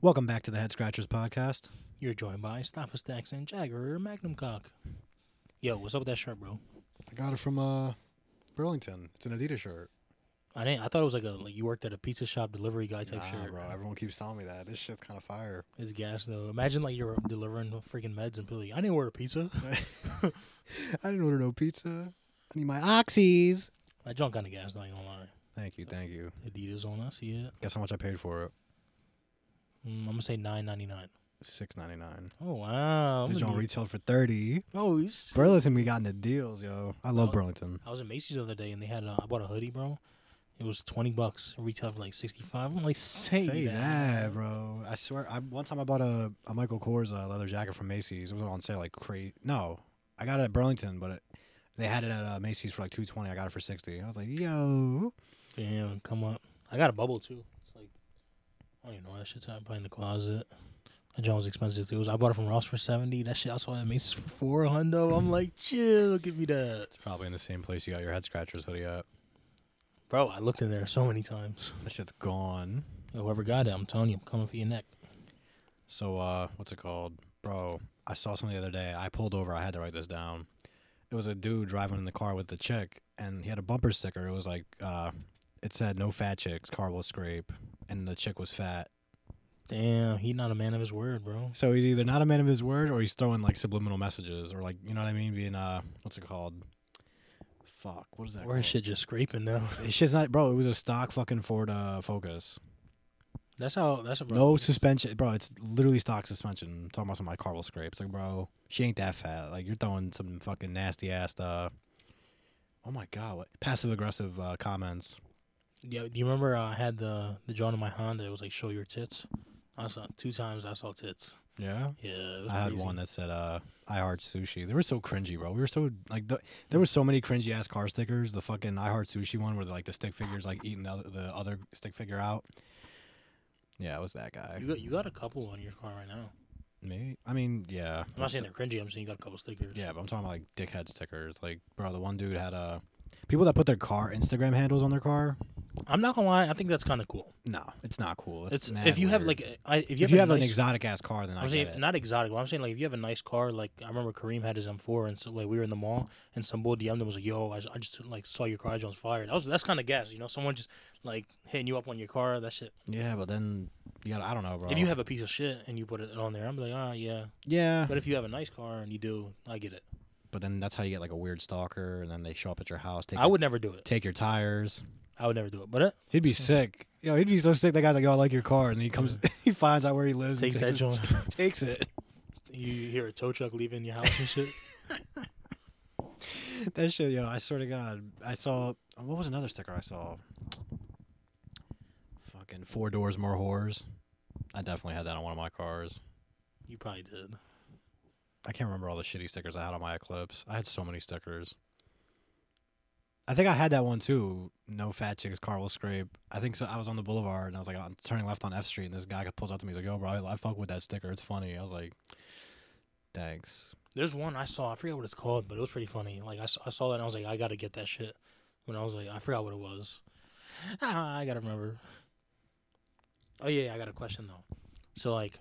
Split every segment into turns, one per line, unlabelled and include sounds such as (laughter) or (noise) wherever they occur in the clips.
Welcome back to the Head Scratchers podcast.
You're joined by Staffa Stacks and Jagger Magnum Cock. Yo, what's up with that shirt, bro?
I got it from uh, Burlington. It's an Adidas shirt.
I didn't. I thought it was like a like you worked at a pizza shop delivery guy type
Nah,
shirt.
bro. Everyone keeps telling me that. This shit's kind of (laughs) fire.
It's gas though. Imagine like you're delivering freaking meds and people like, I didn't order pizza.
I didn't order no pizza. I need my oxys.
That junk kind of gas. Not gonna lie.
Thank you, thank you.
Adidas on. I see it.
Guess how much I paid for it?
Mm, I'm gonna say nine ninety nine.
Six ninety nine.
Oh wow. I'm
This
gonna
joint
be-
retailed for thirty.
Oh, he's-
Burlington, we got into deals, yo. I love
Oh.
Burlington.
I was at Macy's the other day and they had a, I bought a hoodie, bro. It was twenty bucks. It retailed for like sixty five. I'm like, say,
Say
that.
that, bro. I swear. I one time I bought a, a Michael Kors uh, leather jacket from Macy's. It was on sale like crazy. No, I got it at Burlington, but it, they had it at uh, Macy's for like two twenty. I got it for sixty. I was like, yo.
Damn, come up. I got a bubble too. It's like I don't even know why that shit's out probably in the closet. That joint was expensive too. It was- I bought it from Ross for seventy. That shit I saw at Macy's for four hundo. I'm like, chill, give me that.
It's probably in the same place you got your head scratchers hoodie at.
Bro, I looked in there so many times.
That shit's gone.
Whoever got it, I'm telling you, I'm coming for your neck.
So uh what's it called? Bro, I saw something the other day. I pulled over, I had to write this down. It was a dude driving in the car with the chick and he had a bumper sticker. It was like uh it said no fat chicks, car will scrape and the chick was fat.
Damn, he not a man of his word, bro.
So he's either not a man of his word or he's throwing like subliminal messages or like you know what I mean? Being uh what's it called? Fuck, what is that?
Or
(laughs) called?
his shit just scraping now.
It's shit's not bro, it was a stock fucking Ford uh focus.
(laughs) That's how that's a bro.
No suspension, bro. It's literally stock suspension. I'm talking about some of my car will scrapes. Like, bro, she ain't that fat. Like, you're throwing some fucking nasty ass. Uh, oh my god, what passive aggressive uh, comments.
Yeah, do you remember uh, I had the the John in my Honda? It was like show your tits. I saw two times. I saw tits.
Yeah,
Yeah, it was
I had
crazy.
one that said, "Uh, I heart sushi." They were so cringy, bro. We were so like, the, there were so many cringy ass car stickers. The fucking I heart sushi one, where like the stick figures like eating the other, the other stick figure out. Yeah, it was that guy.
You got you got a couple on your car right now.
Me? I mean, yeah.
I'm not saying they're cringy. I'm saying you got a couple stickers.
Yeah, but I'm talking about like dickhead stickers. Like, bro, the one dude had a people that put their car Instagram handles on their car.
I'm not gonna lie. I think that's kind of cool.
No, it's not cool. That's
It's
mad
if you have
weird.
like a- I, if you
if
have,
you
a
have an
nice-
exotic ass car, then I
I'm
get
saying
it.
not exotic. But I'm saying like if you have a nice car, like I remember Kareem had his M4, and so like we were in the mall, and some bull DM'd him was like, "Yo, I, I just like saw your car, I was fire." That was that's kind of gas, you know. Someone just like hitting you up on your car, that shit.
yeah, but then you got to I don't know, bro.
If you have a piece of shit and you put it on there, I'm like,
(laughs)
ah, yeah.
yeah,
But if you have a nice car and you do, I get it.
but then that's how you get like a weird stalker, and then they show up at your house. Take
I
your,
would never do it.
take your tires.
I would never do it. But uh,
He'd be sick. Yo, he'd be so sick. That guy's like, yo, I like your car, and he comes, (laughs) he finds out where he lives,
Takes
and
that
takes, his- (laughs) takes it.
you hear a tow truck leaving your house
(laughs)
and shit.
That shit, yo, I swear to God. I saw, what was another sticker I saw? Fucking Four Doors More Whores. I definitely had that on one of my cars.
You probably did.
I can't remember all the shitty stickers I had on my Eclipse. I had so many stickers. I think I had that one too. No fat chicks, car will scrape. I think so. I was on the boulevard and I was like, I'm turning left on F Street, and this guy pulls up to me. He's like, "Yo, bro, I, I fuck with that sticker. It's funny." I was like, "Thanks."
There's one I saw. I forget what it's called, but it was pretty funny. Like I, s- I saw that and I was like, I gotta get that shit. When I was like, I forgot what it was. (laughs) Ah, I gotta remember. Oh yeah, yeah, I got a question though. So like,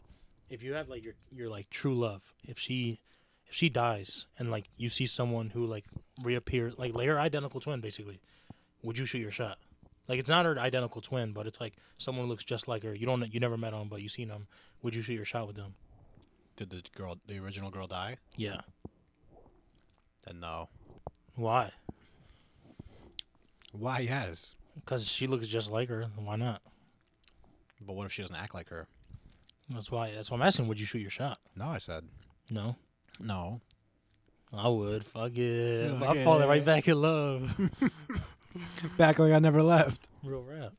if you have like your your like true love, if she if she dies and like you see someone who like reappears, like like her identical twin basically, would you shoot your shot? Like it's not her identical twin, but it's like someone who looks just like her. You don't you never met them, but you seen them. Would you shoot your shot with them?
Did the girl, the original girl, die?
Yeah.
Then no.
Why?
Why? Yes.
Because she looks just like her. then Why not?
But what if she doesn't act like her?
That's why. That's why I'm asking. Would you shoot your shot?
No, I said.
No,
No.
I would. Fuck it.
Fuck
I'm falling right
it.
back in love. (laughs)
Back like I never left.
Real rap.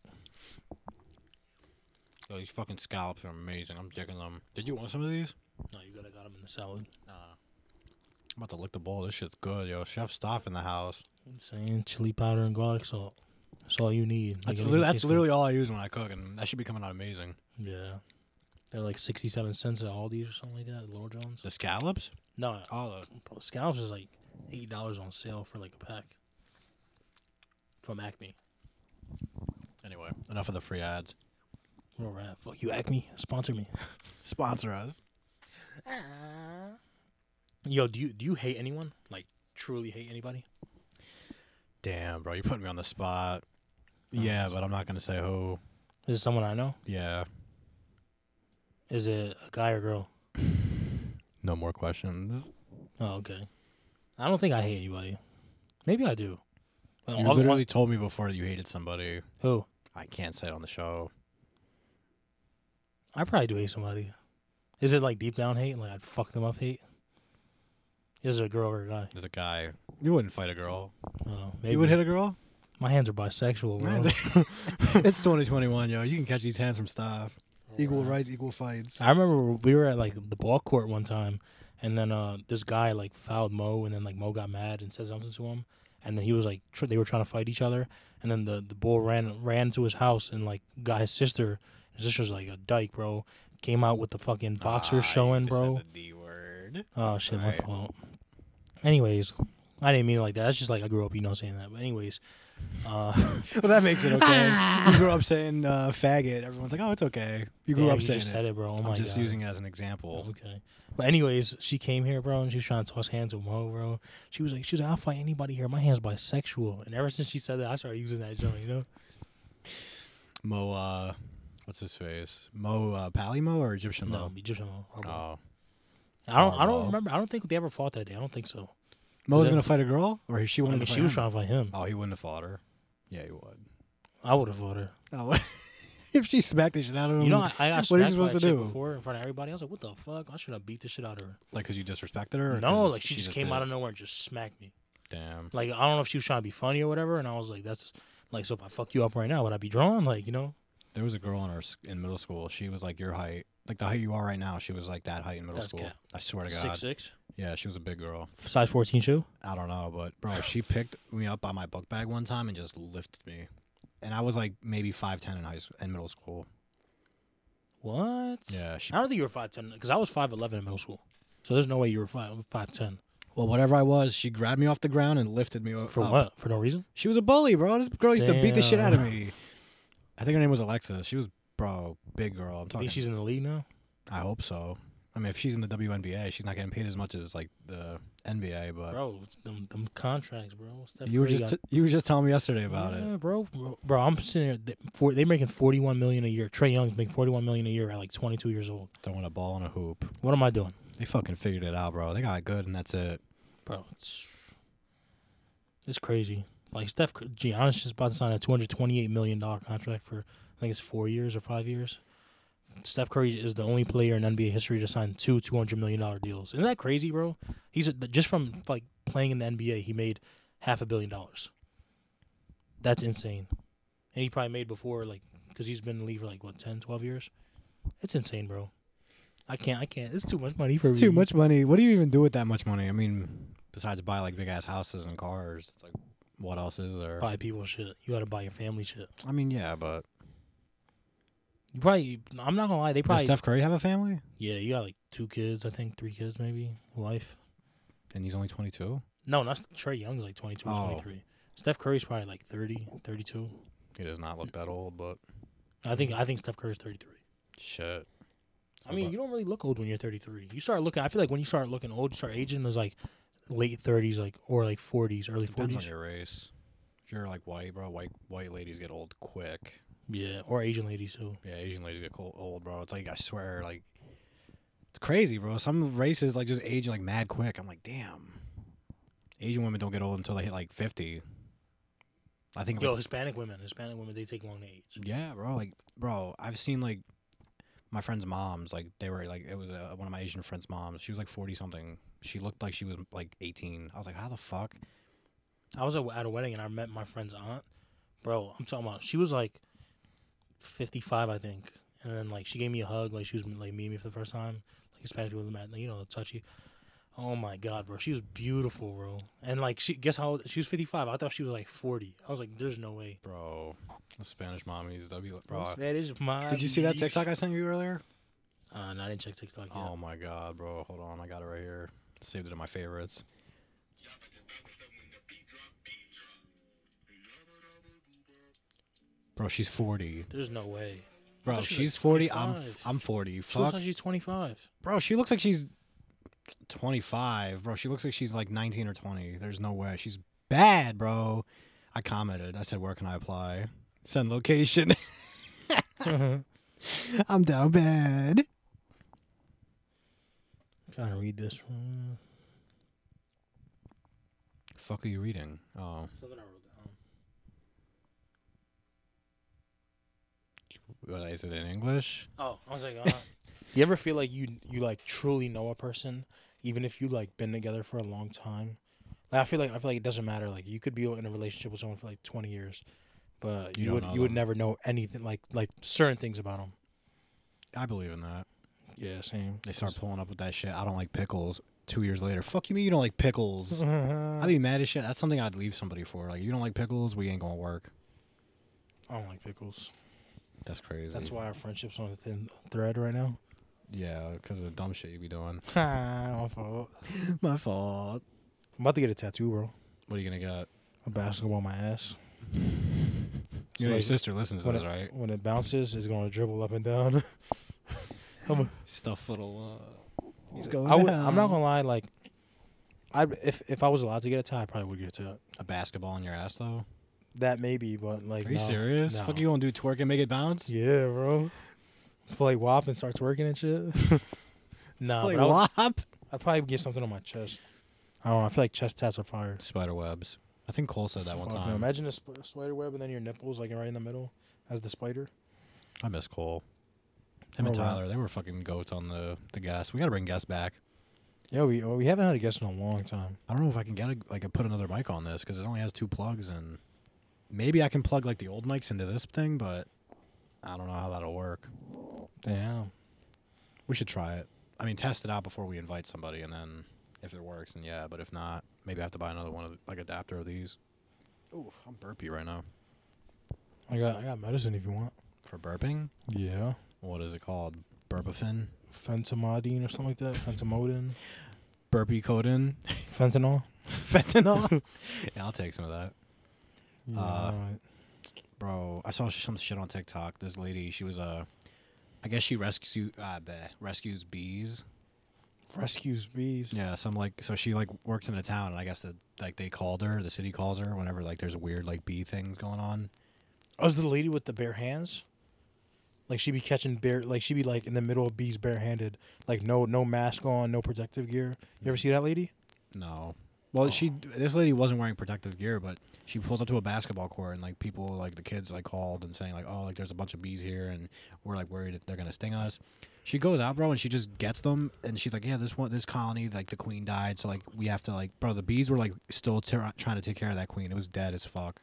Yo, these fucking scallops are amazing. I'm digging them. Did you want some of these?
No, you gotta got him in the salad.
Nah. I'm about to lick the bowl. This shit's good, yo. Chef Stoff in the house.
I'm saying chili powder and garlic salt. That's all you need. Make
That's,
anything
li- that's
taste
literally all I use when I cook, and that should be coming out amazing.
good. Yeah. They're like 67 cents at Aldi or something like that. Lord John's.
The scallops?
No,
All of
bro, scallops is like eight dollars on sale for like a pack. From Acme.
Anyway, enough of the free ads.
Real rap. Fuck you, Acme. Sponsor me.
Sponsor us.
Yo, do you do you hate anyone? Like truly hate anybody?
Damn, bro, you put me on the spot.
Oh,
yeah,
that's-
but I'm not gonna say who.
Is it someone I know?
Yeah.
Is it a guy or girl?
No more questions.
Oh, okay. I don't think I hate anybody. Maybe I do. Well,
You
I'll-
literally told me before you hated somebody.
who?
I can't say it on the show.
I probably do hate somebody. Is it like deep down hate? Like I'd fuck them up hate? Is it a girl or a guy?
There's a guy. You wouldn't fight a girl.
Oh, maybe.
You would hit a (laughs) girl?
My hands are bisexual, bro.
it's 2021, yo. You can catch these hands from staff. (laughs) Equal rights, equal fights.
I remember we were at like the ball court one time, and then uh, this guy like fouled Mo, and then like Mo got mad and said something to him, and then he was like tr- they were trying to fight each other, and then the the bull ran ran to his house and like got his sister. His sister's like a dyke, bro. Came out with the fucking
Ah,
boxer showing, bro.
The D word.
Oh shit, my
Alright.
fault. Anyways, I didn't mean it like that. That's just like I grew up, you know, saying that. But anyways, uh,
Well, that makes it okay. you grew up saying uh, faggot. Everyone's like, oh, it's okay. You grew
yeah,
up
you
saying
just
it.
said it, bro. (laughs) Oh
I'm
my
just
god.
using it as an example.
Okay. But anyways, she came here, bro, and she was trying to toss hands with Mo, bro. She was like, she was like, I'll fight anybody here. My hand's bisexual. And ever since she said that, I started using that joint, you know?
Mo, uh, what's his face? Mo, uh, Palimo or Egyptian
No,
Mo?
Egyptian Mo. Or Mo.
Oh.
I don't I
or Mo.
don't remember I don't think they ever fought that day. I don't think so.
Mo's
that-
going to fight a girl? Or she
I
wanted
mean,
to fight
she was
him?
trying to fight him.
Oh, he wouldn't have fought her. Yeah, he would.
I would have fought her.
Oh, (laughs) if she smacked the shit out of him,
You know, I, I got
what is she
smacked by
supposed
a
to
chick
do?
before in front of everybody. I was like, what the fuck? I should have beat the shit out of her.
like because you disrespected her. or
No,
'cause
like she, just came
did
out
it?
of nowhere and just smacked me.
Damn.
Like I don't know if she was trying to be funny or whatever, and I was like, that's like so if I fuck you up right now, would I be drawn? Like, you know?
There was a girl in our s- in middle school. She was like your height, like the height you are right now. She was like that height in middle
That's
school.
cap.
I swear to God.
Six six.
Yeah, she was a big girl.
Size fourteen shoe?
I don't know, but bro,
(laughs)
she picked me up by my book bag one time and just lifted me, and I was like maybe five ten in high school, in middle school.
What?
Yeah, she.
I don't think you were five ten because I was five eleven in middle school. So there's no way you were five five ten.
Well, whatever I was, she grabbed me off the ground and lifted me o- up.
For what? For no reason?
She was a bully, bro. This girl used to beat the shit out of
Damn.
me. I think her name was Alexa. She was, bro, big girl. I'm
I
talking.
think she's in the league now.
I hope so. I mean, if she's in the WNBA, she's not getting paid as much as like the NBA. But
Bro, it's them them contracts, bro. Steph
you were
Curry
just
got-
you were just telling me yesterday about it.
yeah, bro, bro. Bro, I'm sitting here. They, for, they're making forty one million a year. Trey Young's making forty one million a year at like twenty two years old.
Throwing a ball in a hoop.
What am I doing,
They fucking figured it out, bro. They got good, and that's it.
bro? It's, it's crazy. Like Steph Cur- Giannis just about to sign a two hundred twenty eight million dollar contract for I think it's four years or five years. Steph Curry is the only player in NBA history to sign two two hundred million dollar deals. Isn't that crazy, bro? He's a, just from like playing in the NBA, he made half a billion dollars. That's insane, and he probably made before like because he's been in the league for like what 10, 12 years. It's insane, bro. I can't, I can't. It's too much money for
It's
me.
too much money. What do you even do with that much money? I mean, besides buy like big ass houses and cars, it's like what else is there?
Buy people shit. You gotta buy your family shit.
I mean, yeah, but
You probably. I'm not gonna lie. They
does
probably.
Steph Curry have a family?
yeah, you got like two kids. I think three kids, maybe. Wife.
And he's only twenty two.
No, not Trey Young's like 22, or
Oh.
23. Steph Curry's probably like 30, 32.
He does not look that old, but
I think. I think Steph Curry's 33.
shit.
I mean, you don't really look old when you're 33. You start looking. I feel like when you start looking old, you start aging. Is like late 30s, like or like 40s, early
depends
40s.
on your race. If you're like white, bro, white white ladies get old quick.
Yeah, or Asian ladies too.
Yeah, Asian ladies get cold, old, bro. It's like I swear, like it's crazy, bro. Some races like just age like mad quick. I'm like, damn. Asian women don't get old until they hit like fifty. I think.
Yo,
like,
Hispanic women, Hispanic women, they take long to age.
yeah, bro. Like, bro, I've seen like my friend's moms. Like, they were like, it was uh, one of my Asian friends' moms. She was like forty something. She looked like she was like eighteen. I was like, how the fuck?
I was at at a wedding and I met my friend's aunt. Bro, I'm talking about she was like 55, I think, and then like she gave me a hug, like she was like meeting me for the first time, like Hispanic people, like, you know, touchy. Oh my god, bro, she was beautiful, bro, and like she guess how old, she was 55. I thought she was like 40. I was like, there's no way.
Bro, the Spanish mommies. That'd be like, bro.
that is my.
Did you see that
niche.
TikTok I sent you earlier?
Uh, no, I didn't check TikTok yet.
Oh my god, bro. Hold on, I got it right here. Saved it in my favorites. Bro, she's 40.
There's no way.
Bro,
thought she was
she's forty. I'm
25.
I'm forty.
She looks
Fuck,
like she's 25.
bro. She looks like she's twenty five. Bro, she looks like she's like nineteen or twenty. There's no way she's bad, bro. I commented. I said, "Where can I apply? Send location." (laughs) Mm-hmm.
Trying
I'm down bad.
to read this one.
Fuck, are you reading? Oh,
Something I wrote
what, is it in English?
down. Oh, I was like, uh, you ever feel like you you like truly know a person, even if you like been together for a long time? Like I feel like I feel like it doesn't matter. Like you could be in a relationship with someone for like 20 years, but
You
you,
don't
would you
know
would
them.
never know anything like like certain things about them.
I believe in that.
Yeah, same.
They start pulling up with that shit. I don't like pickles. Two years later, fuck you mean you don't like pickles? (laughs)
(laughs)
I'd
I
be mad as shit. That's something I'd leave somebody for. Like, you don't like pickles, we ain't gonna work.
don't like pickles.
That's crazy.
That's why our friendship's on a thin thread right (laughs) now.
Yeah, because of the dumb shit you be doing.
My fault.
(laughs) My fault.
I'm about to get a tattoo, bro.
What are you gonna get?
A basketball on my ass.
You know,
like,
your sister listens to
when
this,
it,
right?
When it bounces, it's gonna dribble up and down. (laughs) I'm,
Stuff little. Uh,
I would, I'm not gonna lie, like, I if if I was allowed to get a tie, I probably would get a tie.
a basketball in your ass though.
That maybe, but like,
Are you
no,
serious?
no.
Fuck, you gonna do twerk and make it bounce?
Yeah, bro. Feel like WAP and starts working
(laughs)
and shit. nah,
Like
but I would-
lop.
I'd probably get something on my chest. I don't know. I feel like chest tats are fire.
Spider webs. I think Cole said that one
Fuck no,
time.
Imagine a sp- spider web and then your nipples, like right in the middle, as the spider.
I miss Cole. Him and
Oh, wow.
Tyler, they were fucking goats on the the guest. We gotta bring guests back.
Yeah, we oh, we haven't had a guest in a long time.
I don't know if I can get a, like put another mic on this because it only has two plugs and maybe I can plug like the old mics into this thing, but I don't know how that'll work.
Damn.
We should try it. I mean, test it out before we invite somebody, and then if it works, and yeah. But if not, maybe I have to buy another one of the, like adapter of these. Oh, I'm burpy right now.
I got I got medicine if you want.
For burping,
Yeah.
what is it called? Burpafin,
Fentamidine or something like that. Fentamodin.
burpy codin,
Fentanyl.
(laughs) fentanyl. (laughs) yeah, I'll take some of that.
Yeah,
Uh,
alright.
bro i saw some shit on tiktok this lady she was uh i guess she rescues uh, bleh, rescues bees
rescues bees.
yeah some like so she like works in a town and i guess that like they called her the city calls her whenever like there's weird like bee things going on
Oh, is the lady with the bare hands? Like she be catching bare, like she be like in the middle of bees barehanded, like no no mask on, no protective gear. You ever see that lady?
no well she
Oh.
this lady wasn't wearing protective gear but she pulls up to a basketball court and like people like the kids like called and saying like oh like there's a bunch of bees here and we're like worried that they're gonna sting us she goes out bro and she just gets them and she's like yeah this one this colony like the queen died so like we have to like bro the bees were like still ter- trying to take care of that queen it was dead as fuck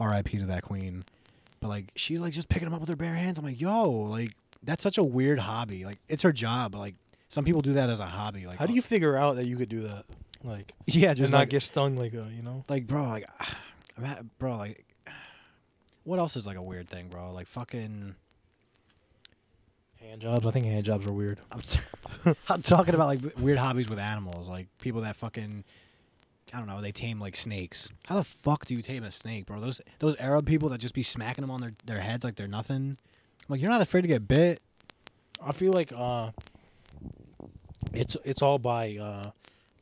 rip to that queen but like she's like just picking them up with her bare hands i'm like yo like that's such a weird hobby like it's her job but like some people do that as a hobby like oh
How do you figure out that you could do that? Like
(laughs) yeah
oh. just
just
not
like,
get stung like that, you know?
like bro like (sighs) I'm ha- bro like (sighs) what else is like a weird thing bro like fucking
Hand jobs. I think hand jobs are weird.
I'm, t- (laughs) I'm talking about like weird hobbies with animals like people that fucking I don't know they tame like snakes how the fuck do you tame a snake bro those those Arab people that just be smacking them on their, their heads like they're nothing I'm like you're not afraid to get bit
I feel like uh, it's it's all by uh,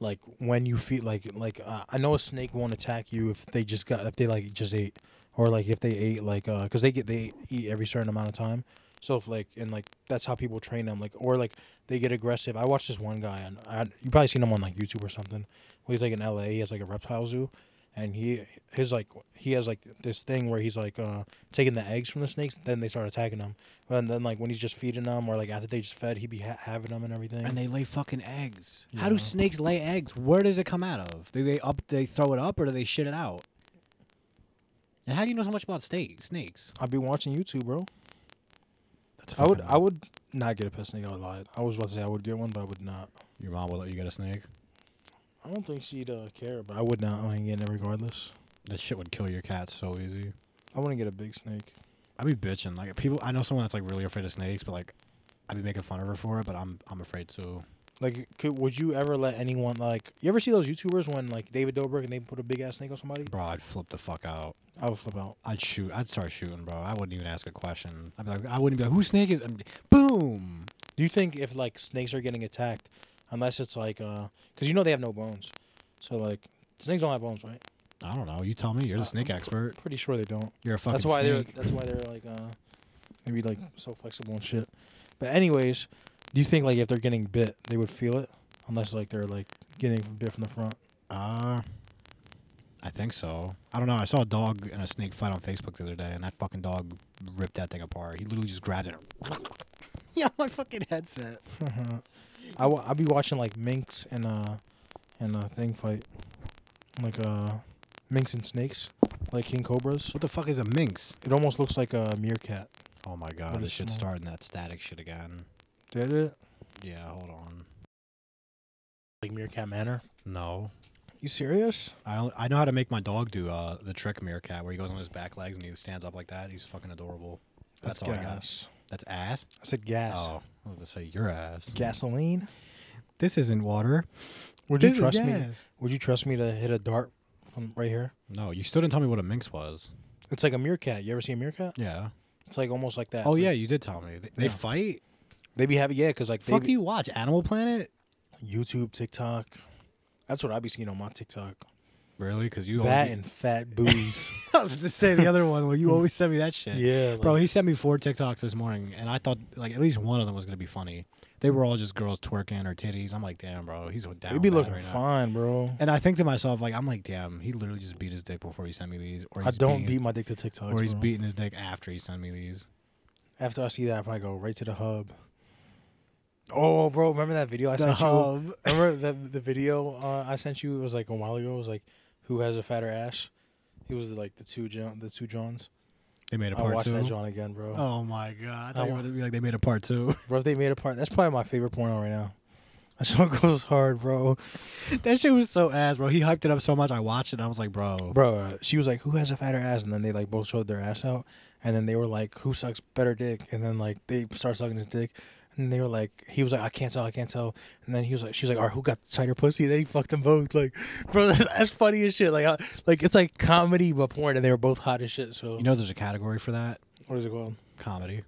like when you feel like like uh, I know a snake won't attack you if they just got if they like just ate or like if they ate like uh, cause they get they eat every certain amount of time. So if like and like that's how people train them like or like they get aggressive. I watched this one guy and I, you probably seen him on like YouTube or something. Well, he's like in LA. He has like a reptile zoo, and he his like he has like this thing where he's like uh taking the eggs from the snakes. Then they start attacking them. And then like when he's just feeding them or like after they just fed, he be ha- having them and everything.
and they lay fucking eggs how do
Yeah.
snakes lay eggs where does it come out of do they up they throw it up or do they shit it out and how do you know so much about snake snakes
I'd be watching YouTube, bro.
That's
I would I would not get a pet snake. I lied. I was about to say I would get one, but I would not.
Your mom will let you get a snake.
I don't think she'd uh, care, but I would not hang in it regardless.
That shit would kill your cat so easy.
I wouldn't get a big snake.
I'd be bitching. Like people, I know someone that's like really afraid of snakes, but like I'd be making fun of her for it. But I'm I'm afraid too.
Like, could would you ever let anyone like? You ever see those YouTubers when like David Dobrik and they put a big ass snake on somebody?
Bro, I'd flip the fuck out.
I would flip out.
I'd shoot. I'd start shooting, bro. I wouldn't even ask a question. I'd be like, I wouldn't be like, who snake is? And boom.
Do you think if like snakes are getting attacked, unless it's like, uh, because you know they have no bones, so like snakes don't have bones, right?
I don't know. You tell me. You're the snake expert.
Pretty sure they don't.
You're a fucking
Uh, that's why
snake.
they're that's why they're like uh maybe like so flexible and shit. But anyways, do you think like if they're getting bit, they would feel it unless like they're like getting bit from the front? (laughs)
Uh, I think so. I don't know. I saw a dog and a snake fight on Facebook the other day, and that fucking dog ripped that thing apart. He literally just grabbed it. (laughs) yeah, my fucking headset.
I w- I be watching like minks and uh and uh thing fight like uh minks and snakes like king cobras.
What the fuck is a minx?
It almost looks like a meerkat.
Oh my god,
What
this
is
shit's
small?
starting that static shit again.
Did it
Yeah, hold on.
like meerkat manner?
No,
You serious?
I only, I know how to make my dog do uh the trick meerkat where he goes on his back legs and he stands up like that. He's fucking adorable. That's, all I got.
gas.
That's ass.
I said gas.
Oh, I was gonna say your ass.
Gasoline.
This isn't water.
Would you
This is
trust me?
gas.
Would you trust me to hit a dart from right here?
No, you still didn't tell me what a minx was.
It's like a meerkat. You ever see a meerkat?
Yeah.
It's like almost like that.
Oh
It's
yeah,
like-
you did tell me. They, they
Yeah.
fight.
they be having yeah, cause like they
Fuck do
be-
you watch Animal Planet?
YouTube, TikTok. That's what I be seeing on my TikTok.
Really? Because you
That
always, (laughs)
and fat booties.
I was to say the other one. Like, you always send me that shit.
yeah,
Bro,
like-
he sent me four TikToks this morning, and I thought like at least one of them was gonna be funny. They were all just girls twerking or titties. I'm like, damn, bro, he's down.
they be
bad
looking
right now.
fine, bro.
And I think to myself, like, I'm like, damn, he literally just beat his dick before he sent me these. Or
I
he's
don't beat
beating
my dick to TikTok.
his, or he's
bro.
beating his dick after he sent me these.
After I see that, I probably go right to the hub. Oh, bro, remember that video I
The
sent
hub.
you? (laughs) Remember the the video uh, I sent you? It was like a while ago. It was like, who has a fatter ass? It was like the two John, the two Johns.
They made a
I
part
watched that
two.
John again, bro.
Oh my god! I
I
thought you were
wa-
gonna be like they made a part two. (laughs)
Bro, if they made a part, that's probably my favorite porno right now. (laughs) That song goes hard, bro.
that shit was so ass, bro. He hyped it up so much. I watched it. and I was like, bro,
Bro, uh, she was like, "Who has a fatter ass?" And then they like both showed their ass out, and then they were like, "Who sucks better dick?" And then like they start sucking his dick, and they were like, "He was like, I can't tell, I can't tell." And then he was like, "She's like, all right, who got the tighter pussy?" then he fucked them both. Like, (laughs) bro, that's, that's funny as shit. Like, I, like it's like comedy but porn, and they were both hot as shit. So
you know, there's a category for that.
what is it called?
Comedy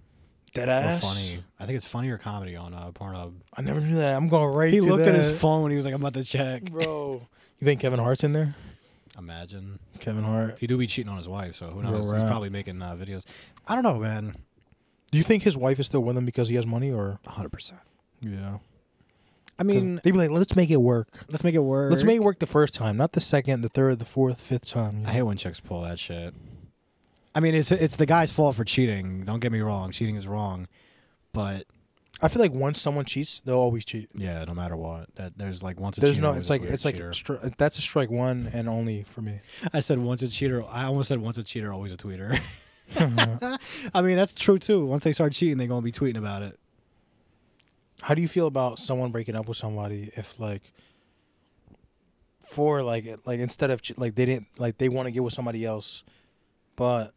Dead
or
ass.
funny? I think it's funny or comedy on uh, Pornhub.
I never knew that. I'm going right.
He
to
looked at his
that. (laughs)
phone when he was like, I'm about to check.
bro. You think Kevin Hart's in there?
Imagine
Kevin Hart.
he do be cheating on his wife, so who
Bro,
knows? He's
right.
probably making uh, videos. I don't know, man.
Do you think his wife is still with him because he has money, or
100. percent
yeah?
I mean,
they'd be like, "Let's make it work.
let's make it work.
Let's make it work the first time, not the second, the third, the fourth, fifth time." you
I
know?
hate when chicks pull that shit. I mean, it's it's the guy's fault for cheating. Don't get me wrong, cheating is wrong, but
I feel like once someone cheats, they'll always cheat.
yeah, no matter what, that there's like once a
There's
cheater,
no.
always
It's
a
like
weird
it's like
cheater.
stri- that's a strike one and only for (laughs) me.
I said once a cheater. I almost said once a cheater, always a tweeter. (laughs) I mean, that's true too. Once they start cheating, they're gonna be tweeting about it.
How do you feel about someone breaking up with somebody if like for like it- like instead of che- like they didn't like they want to get with somebody else, but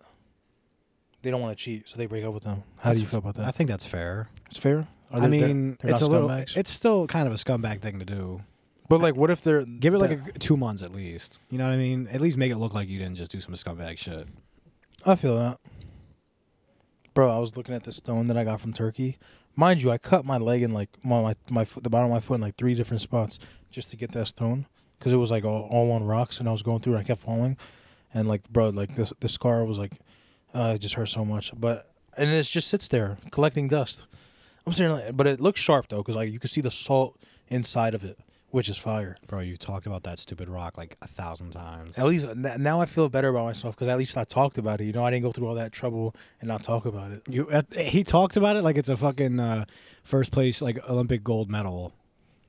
they don't want to cheat, so they break up with them. How do
That's
you feel about
I
that?
think that's fair.
It's fair. Are
I
they- they're-
mean,
they're not
it's a little.
scumbags?
It's still kind of a scumbag thing to do.
But like, what if they're
Give it like a, g- two months at least. You know what I mean? At least make it look like you didn't just do some scumbag shit.
I feel that, bro. I was looking at this stone that I got from Turkey. Mind you, I cut my leg in like my my, my foot, the bottom of my foot in like three different spots just to get that stone because it was like all, all on rocks and I was going through it. I kept falling, and like bro, like the the scar was like, uh, it just hurt so much. But and it just sits there collecting dust. I'm saying, like, but it looks sharp though because like you can see the salt inside of it, which is fire.
Bro, you talked about that stupid rock like a thousand times.
At least n- now I feel better about myself because at least I talked about it. You know, I didn't go through all that trouble and not talk about it.
You, uh, he talks about it like it's a fucking uh, first place like Olympic gold medal.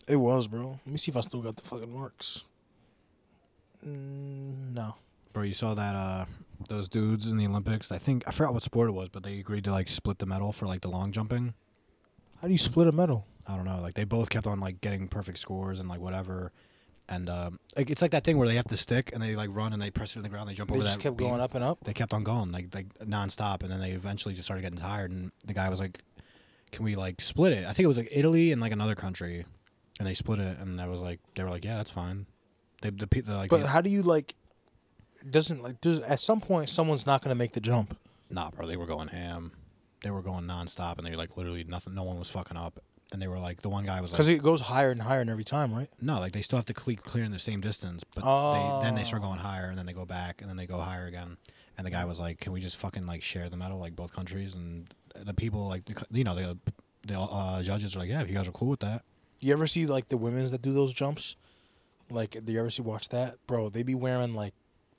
It was, bro. Let me see if I still got the fucking marks. Mm, no.
Bro, you saw that uh, those dudes in the Olympics. I think I forgot what sport it was, but they agreed to like split the medal for like the long jumping.
How do you split a medal?
I don't know. Like they both kept on like getting perfect scores and like whatever. And um, like it's like that thing where they have to stick and they like run and they press it in the ground. they jump
They
over
just
that
kept
beam.
going up and up.
they kept on going like like nonstop, and then they eventually just started getting tired. And the guy was like, "Can we like split it?" I think it was like Italy and like another country, and they split it, and I was like, they were like, yeah, that's fine. They the, pe- the like,
But how do you like? Doesn't like does, at some point someone's not gonna make the jump.
nah, bro, they were going ham. They were going nonstop, and they like literally nothing. No one was fucking up, and they were like, the one guy was like,
Because it goes higher and higher and every time, right?
No, like they still have to cle- clear in the same distance, but they, then they start going higher, and then they go back, and then they go higher again. And the guy was like, "Can we just fucking like share the medal, like both countries?" And the people, like the, co- you know, the the uh, judges are like, "Yeah, if you guys are cool with that."
You ever see like the women's that do those jumps? Like, do you ever see watch that, bro? They be wearing like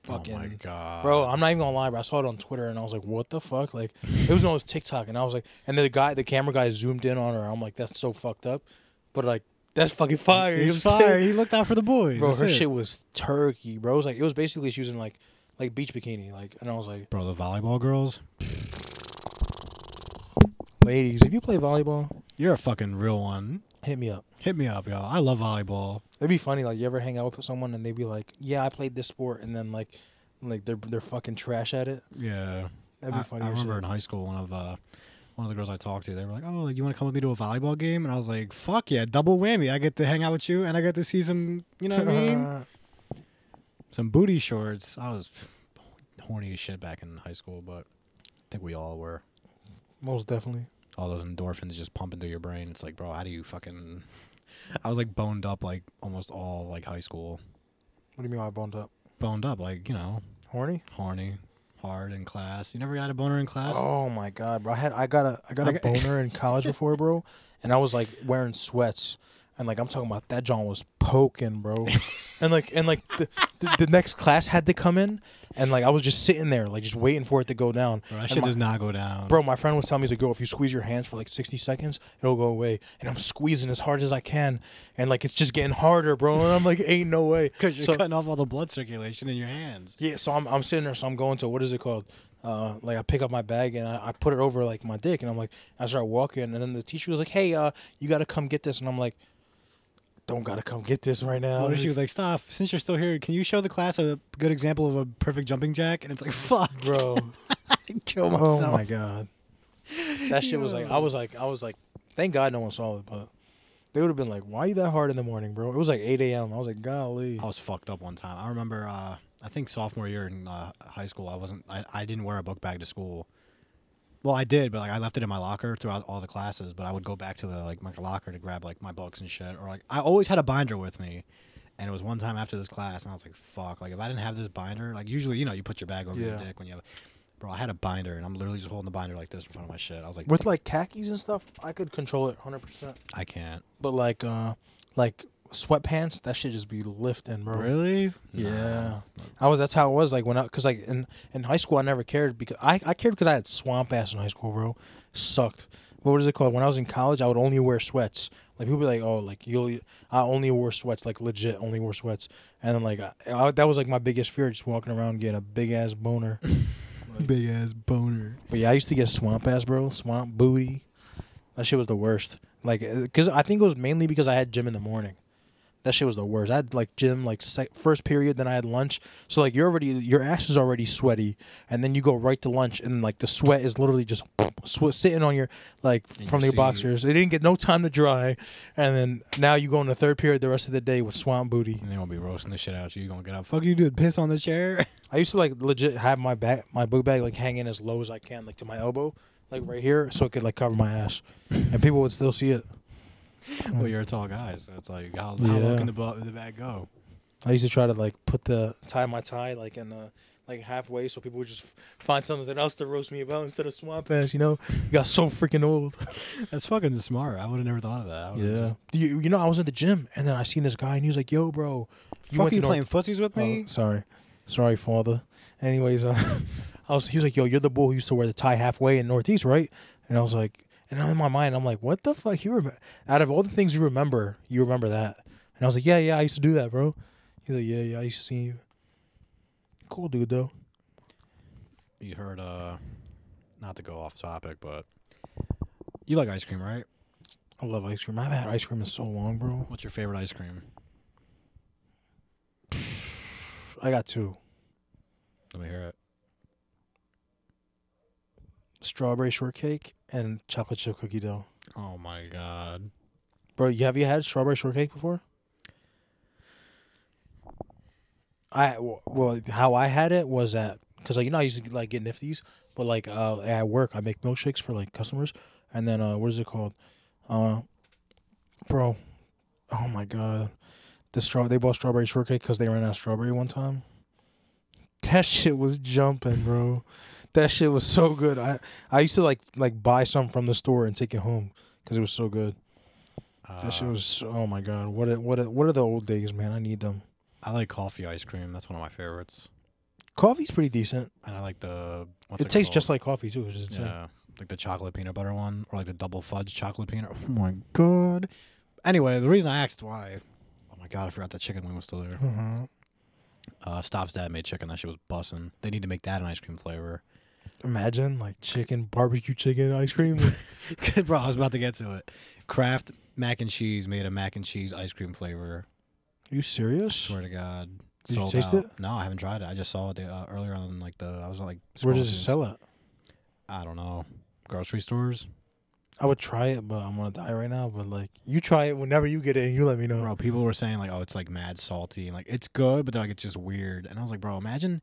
fucking.
oh my god,
Bro, I'm not even gonna lie, bro. I saw it on Twitter and I was like, what the fuck? Like, it was on his TikTok and I was like, and then the guy, the camera guy zoomed in on her. I'm like, that's so fucked up. But like, that's fucking fire.
he
you
was
know what I'm saying?
fire. He looked out for the boys.
Bro,
That's
her
it.
shit was turkey, bro. It was like, it was basically she was in like, like beach bikini. Like, and I was like,
Bro, the volleyball girls,
ladies, if you play volleyball,
you're a fucking real one.
hit me up.
Hit me up, y'all. I love volleyball.
It'd be funny, like, you ever hang out with someone and they'd be like, yeah, I played this sport. And then like, like they're, they're fucking trash at it.
Yeah.
That'd be
I-
funny.
I,
as
remember
shit.
in high school, one of uh, one of the girls I talked to, they were like, "Oh, like you want to come with me to a volleyball game?" And I was like, "Fuck yeah, double whammy! I get to hang out with you, and I get to see some, you
(laughs)
know what I mean? Some booty shorts." I was horny as shit back in high school, but I think we all were.
Most definitely.
All those endorphins just pumping through your brain. It's like, bro, how do you fucking? (laughs) I was like boned up, like almost all like high school,
What do you mean I boned up?
boned up, like you know,
Horny?
horny, hard in class. You never got a boner in class.
Oh my god, bro! I had I got a I got
I
a
got- (laughs)
boner in college before, bro, and I was like wearing sweats, and like I'm talking about that John was
(laughs)
poking, bro, and like and like the, the, the next class had to come in, and like I was just sitting there, like just waiting for it to go down.
Bro, that
And
shit
my-
does not go down.
Bro, my friend was telling me to go. If you squeeze your hands for like 60 seconds, it'll go away. And I'm squeezing as hard as I can, and like it's just getting harder, bro. And I'm like, ain't no
(laughs)
way.
Because you're
So-
cutting off all the blood circulation in your hands.
Yeah, so I'm, I'm sitting there, so I'm going to what is it called? Uh, like I pick up my bag and I, I put it over like my dick, and I'm like, I start walking, and then the teacher was like, "Hey, uh, you gotta come get this," and I'm like, "Don't gotta come get this right now."
she was like, "Stop! Since you're still here, can you show the class a good example of a perfect jumping jack?" And it's like, (laughs) "Fuck,
(laughs) bro,
I kill myself."
oh my god, that shit was like, I
Yo.
was like, I was like, thank God no one saw it, but they would have been like, "Why are you that hard in the morning, bro?" It was like 8 a.m. I was like, "Golly."
I was fucked up one time. I remember, uh, I think sophomore year in uh, high school, I wasn't, I, I didn't wear a book bag to school. Well, I did, but like I left it in my locker throughout all the classes. But I would go back to the like my locker to grab like my books and shit, or like I always had a binder with me. And it was one time after this class, and I was like, "Fuck!" Like if I didn't have this binder, like usually you know you put your bag over your
Yeah.
dick when you have. Bro, I had a binder, and I'm literally just holding the binder like this in front of my shit. I was like,
With like khakis and stuff, I could control it 100, percent
I can't.
but like, uh, like sweatpants, that shit just be lifting, bro.
Really?
Yeah, I was. That's how it was. Like when I, cause like in in high school, I never cared because I I cared because I had swamp ass in high school, bro. Sucked. What is it called? When I was in college, I would only wear sweats. Like people be like, oh, like you, I only wore sweats. Like legit, only wore sweats. And then like I, I, that was like my biggest fear, just walking around getting a big ass boner.
Big ass boner.
But yeah, I used to get swamp ass, bro. Swamp booty. That shit was the worst. Like, uh, cause I think it was mainly because I had gym in the morning. That shit was the worst. I had like gym like sec- first period, then I had lunch. So like you're already your ass is already sweaty, and then you go right to lunch, and like the sweat is literally just (sniffs) sweat sitting on your like
And
from
you
your
see-
boxers. They didn't get no time to dry, and then now you go in the third period the rest of the day with swamp booty.
And they gonna be roasting the shit out of you. You gonna get up? Fuck you, dude. Piss on the chair.
I used to like legit have my back my book bag like hanging as low as I can, like to my elbow, like right here, so it could like cover my
(clears throat)
ass, and people would still see it.
well, you're a tall guy, so it's like how, how low
Yeah.
can the, bu- the bag go?
I used to try to like put the tie my tie like in uh like halfway, so people would just find something else to roast me about instead of swamp ass. You know, you got so freaking old.
That's fucking smart. I would have never thought of that. I would've Just,
Do you you know I was at the gym and then I seen this guy and he was like, "Yo, bro,
you fuck you
North-
playing footsies with
Oh,
me?
sorry, sorry, father. Anyways, uh, (laughs) I was. He was like, "Yo, you're the bull who used to wear the tie halfway in Northeast, right?" And I was like, and I'm in my mind, I'm like, "What the fuck? You remember? Out of all the things you remember, you remember that?" And I was like, "Yeah, yeah, I used to do that, bro." He's like, "Yeah, yeah, I used to see you." Cool dude though.
You heard? uh Not to go off topic, but you like ice cream, right?
I love ice cream. I've had ice cream in so long, bro.
What's your favorite ice cream?
I got two:
Let me hear it.
strawberry shortcake and chocolate chip cookie dough.
Oh my god.
Bro, you have you had strawberry shortcake before? I well, how I had it was that because like you know I used to like get nifties, but like uh at work I make milkshakes for like customers, and then uh what is it called, uh, bro, oh my god, the straw they bought strawberry shortcake because they ran out of strawberry one time. That shit was jumping, bro. That shit was so good. I I used to like like buy some from the store and take it home because it was so good. That shit
Uh,
was so- oh my god. What a, what a, what are the old days, man? I need them.
I like coffee ice cream. That's one of my favorites.
Coffee's pretty decent.
And I like the. What's
it tastes just like coffee too. It's just like-
Yeah, like the chocolate peanut butter one, or like the double fudge chocolate peanut. Oh my god. Anyway, the reason I asked why. Oh my god, I forgot that chicken wing was still there.
Mhm.
Uh, Stops dad made chicken. That shit was bussin'. They need to make that an ice cream flavor. (laughs)
Imagine like chicken barbecue chicken ice
(laughs)
cream.
Bro, I was about to get to it. Kraft mac and cheese made a mac and cheese ice cream flavor.
you serious?
Swear to God.
Did you
sold
taste
out.
it?
No, I haven't tried it. I just saw it uh, earlier on, like the I was like,
Where
scrolling
does it
through-
sell at?
I don't know. Grocery stores,
I would try it, but I'm gonna die right now. But like, you try it whenever you get it, and you let me know.
bro. People were saying like, oh, it's like mad salty and like it's good, but they're like it's just weird. And I was like, bro, imagine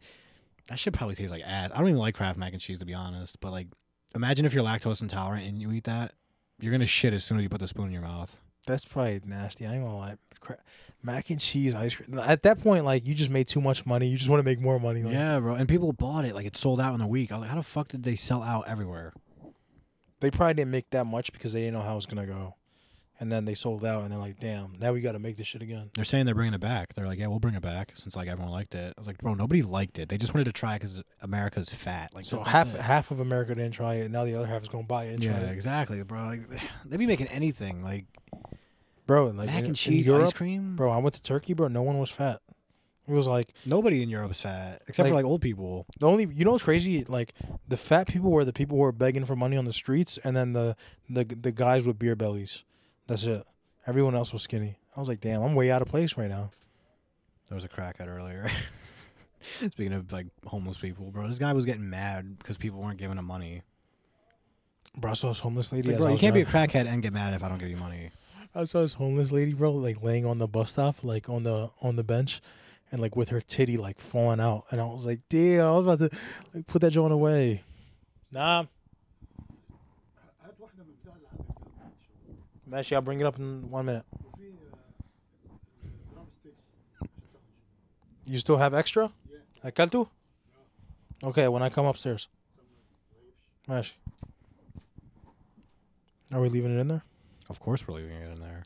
that should probably taste like ass. I don't even like Kraft mac and cheese to be honest, but like, imagine if you're lactose intolerant and you eat that, you're gonna shit as soon as you put the spoon in your mouth.
That's probably nasty. I ain't gonna lie. Cra- Mac and cheese ice cream. At that point, like, you just made too much money. You just want to make more money. Like,
Yeah, bro. And people bought it like it sold out in a week. I was like, how the fuck did they sell out everywhere?
They probably didn't make that much because they didn't know how it was gonna go, and then they sold out, and they're like, damn, now we got to make this shit again.
They're saying they're bringing it back. They're like, yeah, we'll bring it back since like everyone liked it. I was like, bro, nobody liked it. They just wanted to try because America's fat. Like,
So
that's
half
it.
half of America didn't try it. Now the other half is gonna buy it and
Yeah,
try it.
exactly, bro. Like, (sighs) they be making anything like,
Bro, and, like
mac
in- in
and cheese
Europe,
ice cream.
Bro, I went to Turkey, bro. No one was fat. It was like
Nobody in Europe's fat except for like
Like-
old people.
the only you know what's crazy? Like the fat people were the people who were begging for money on the streets, and then the the the guys with beer bellies. That's it. Everyone else was skinny. I was like, damn, I'm way out of place right now.
There was a crackhead earlier. (laughs) Speaking of like homeless people, bro, this guy was getting mad because people weren't giving him money.
Bro, I saw this homeless lady.
Like,
as
bro,
I
you
was
can't be a
dri-
crackhead and get mad if I don't give you money.
I saw this homeless lady, bro, like laying on the bus stop, like on the on the bench, and like with her titty like falling out, and I was like, damn, I was about to like, put that joint away. Nah. ماشي I'll bring it up in one minute. You still have extra? Yeah. أكلته؟ Okay, when I come upstairs. ماشي. Are we leaving it in there?
Of course, we're leaving it in there.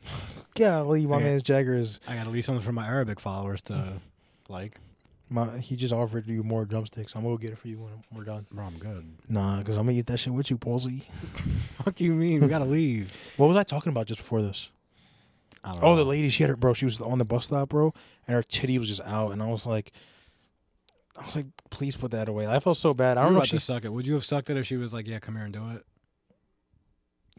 Golly, my
Okay.
man's Jagger is
I got to leave something for my Arabic followers
Mm.
to like.
my. He just offered you more drumsticks. I'm gonna go get it for you when we're done.
Bro, I'm good.
Nah, cause I'm gonna eat that shit with you, Palsy.
Fuck you mean? We gotta leave.
What was I talking about just before this?
I don't
Oh,
know.
the lady. She had her bro. She was on the bus stop, bro, and her titty was just out, and I was like, I was like, please put that away. I felt so bad. I
You
don't
were
know
about
if she
to suck it. Would you have sucked it if she was like, "Yeah, come here and do it"?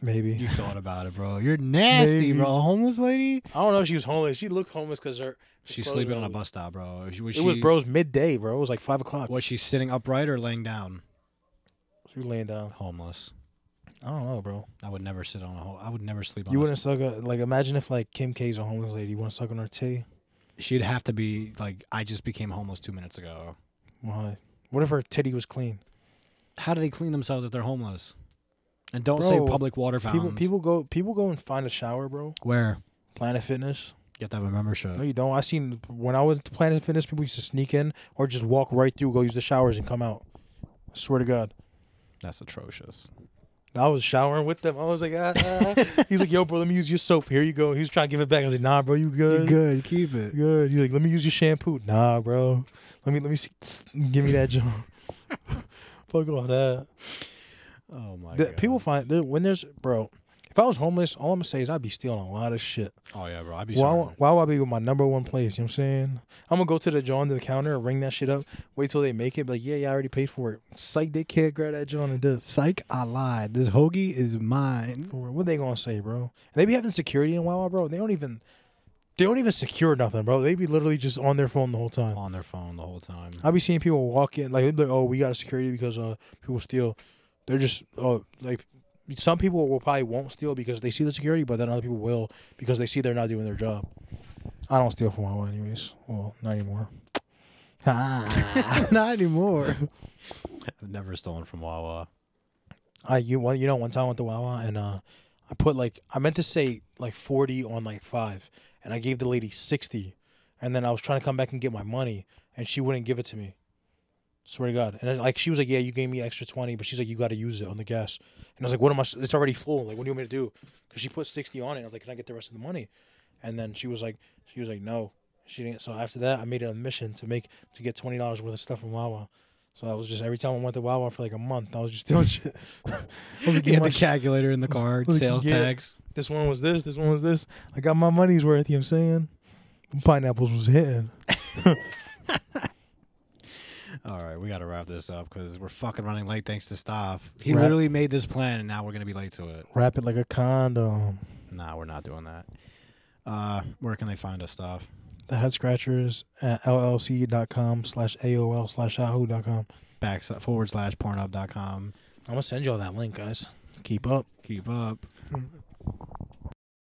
maybe.
You thought about it, bro. You're nasty,
Maybe.
bro. A homeless lady.
I don't know if she was homeless. She looked homeless cause her.
She's
clothes
sleeping on
were-
a bus stop, bro. Was she, was
It was
she-
bro's midday, bro. It was like five o'clock.
Was she sitting upright or laying down?
She was laying down.
Homeless.
I don't know, bro.
I would never sit on a hole. I would never sleep on.
You
a-
wouldn't suck a, like. Imagine if like Kim K's a homeless lady. You wouldn't suck on her titty.
She'd have to be like, I just became homeless two minutes ago.
Why? What if her titty was clean?
How do they clean themselves if they're homeless? And don't say
Bro,
public water fountains.
People people go people go and find a shower, bro.
where
Planet Fitness.
you have to have a membership.
No, you don't. I seen when I went to Planet Fitness, people used to sneak in or just walk right through, go use the showers and come out. I swear to God.
That's atrocious.
I was showering with them. I was like, ah. (laughs) ah. he's like, yo, bro, let me use your soap. Here you go. He was trying to give it back. I was like, nah, bro, you good.
good. Keep it.
Good. He's like, let me use your shampoo. Nah, bro. Let me let me see. (laughs) give me that jump. (laughs) Fuck all that.
Oh my
The-
god.
people find there, when there's bro. If I was homeless, all I'm gonna say is I'd be stealing a lot of shit.
Oh yeah, bro. I'd be
Why,
sorry.
would- why would I be with my number one place? You know what I'm saying? I'm gonna go to the joint to the counter, ring that shit up, wait till they make it, be like, yeah, yeah, I already paid for it. Psych they kid, grab that joint and dip.
Psych, I lied. This hoagie is mine.
For real, What they gonna say, bro? And they be having security in Wawa, bro. They don't even they don't even secure nothing, bro. They be literally just on their phone the whole time.
On their phone the whole time.
I be seeing uh, people walk in like, they'd be like oh, we got a security because uh people steal. They're just oh like some people will probably won't steal because they see the security, but then other people will because they see they're not doing their job. I don't steal from my mom, anyways. Well, not anymore. (laughs) Ah,
Not anymore. I've never stolen from Wawa.
I you one you know one time I went to Wawa and uh, I put like I meant to say like forty on like five, and I gave the lady sixty, and then I was trying to come back and get my money, and she wouldn't give it to me. Swear to God, and then, like she was like, "Yeah, you gave me extra twenty, but she's like, you got to use it on the gas." And I was like, "What am I? s- It's already full. Like, what do you want me to do?" Because she put sixty on it. I was like, "Can I get the rest of the money?" And then she was like, "She was like, no, she didn't." So after that, I made it a mission to make to get twenty dollars worth of stuff from Wawa. So I was just every time I went to Wawa for like a month, I was just (laughs) doing shit. I was like,
You
"Get
had
my
the calculator in the (laughs) car,
Look,
sales
yeah.
tax.
this one was this, this one was this. I got my money's worth, you know what I'm saying? Them Pineapples was hitting.
All right, we got to wrap this up because we're fucking running late thanks to Staff. He
Wrap-
literally made this plan and now we're going to be late to it.
Wrap it like a condom.
Nah, we're not doing that. Uh, where can they find us, Staff?
The head scratchers at llc.com slash AOL slash yahoo.com.
Back forward slash pornhub.com.
I'm gonna send y'all that link, guys. Keep up.
Keep up.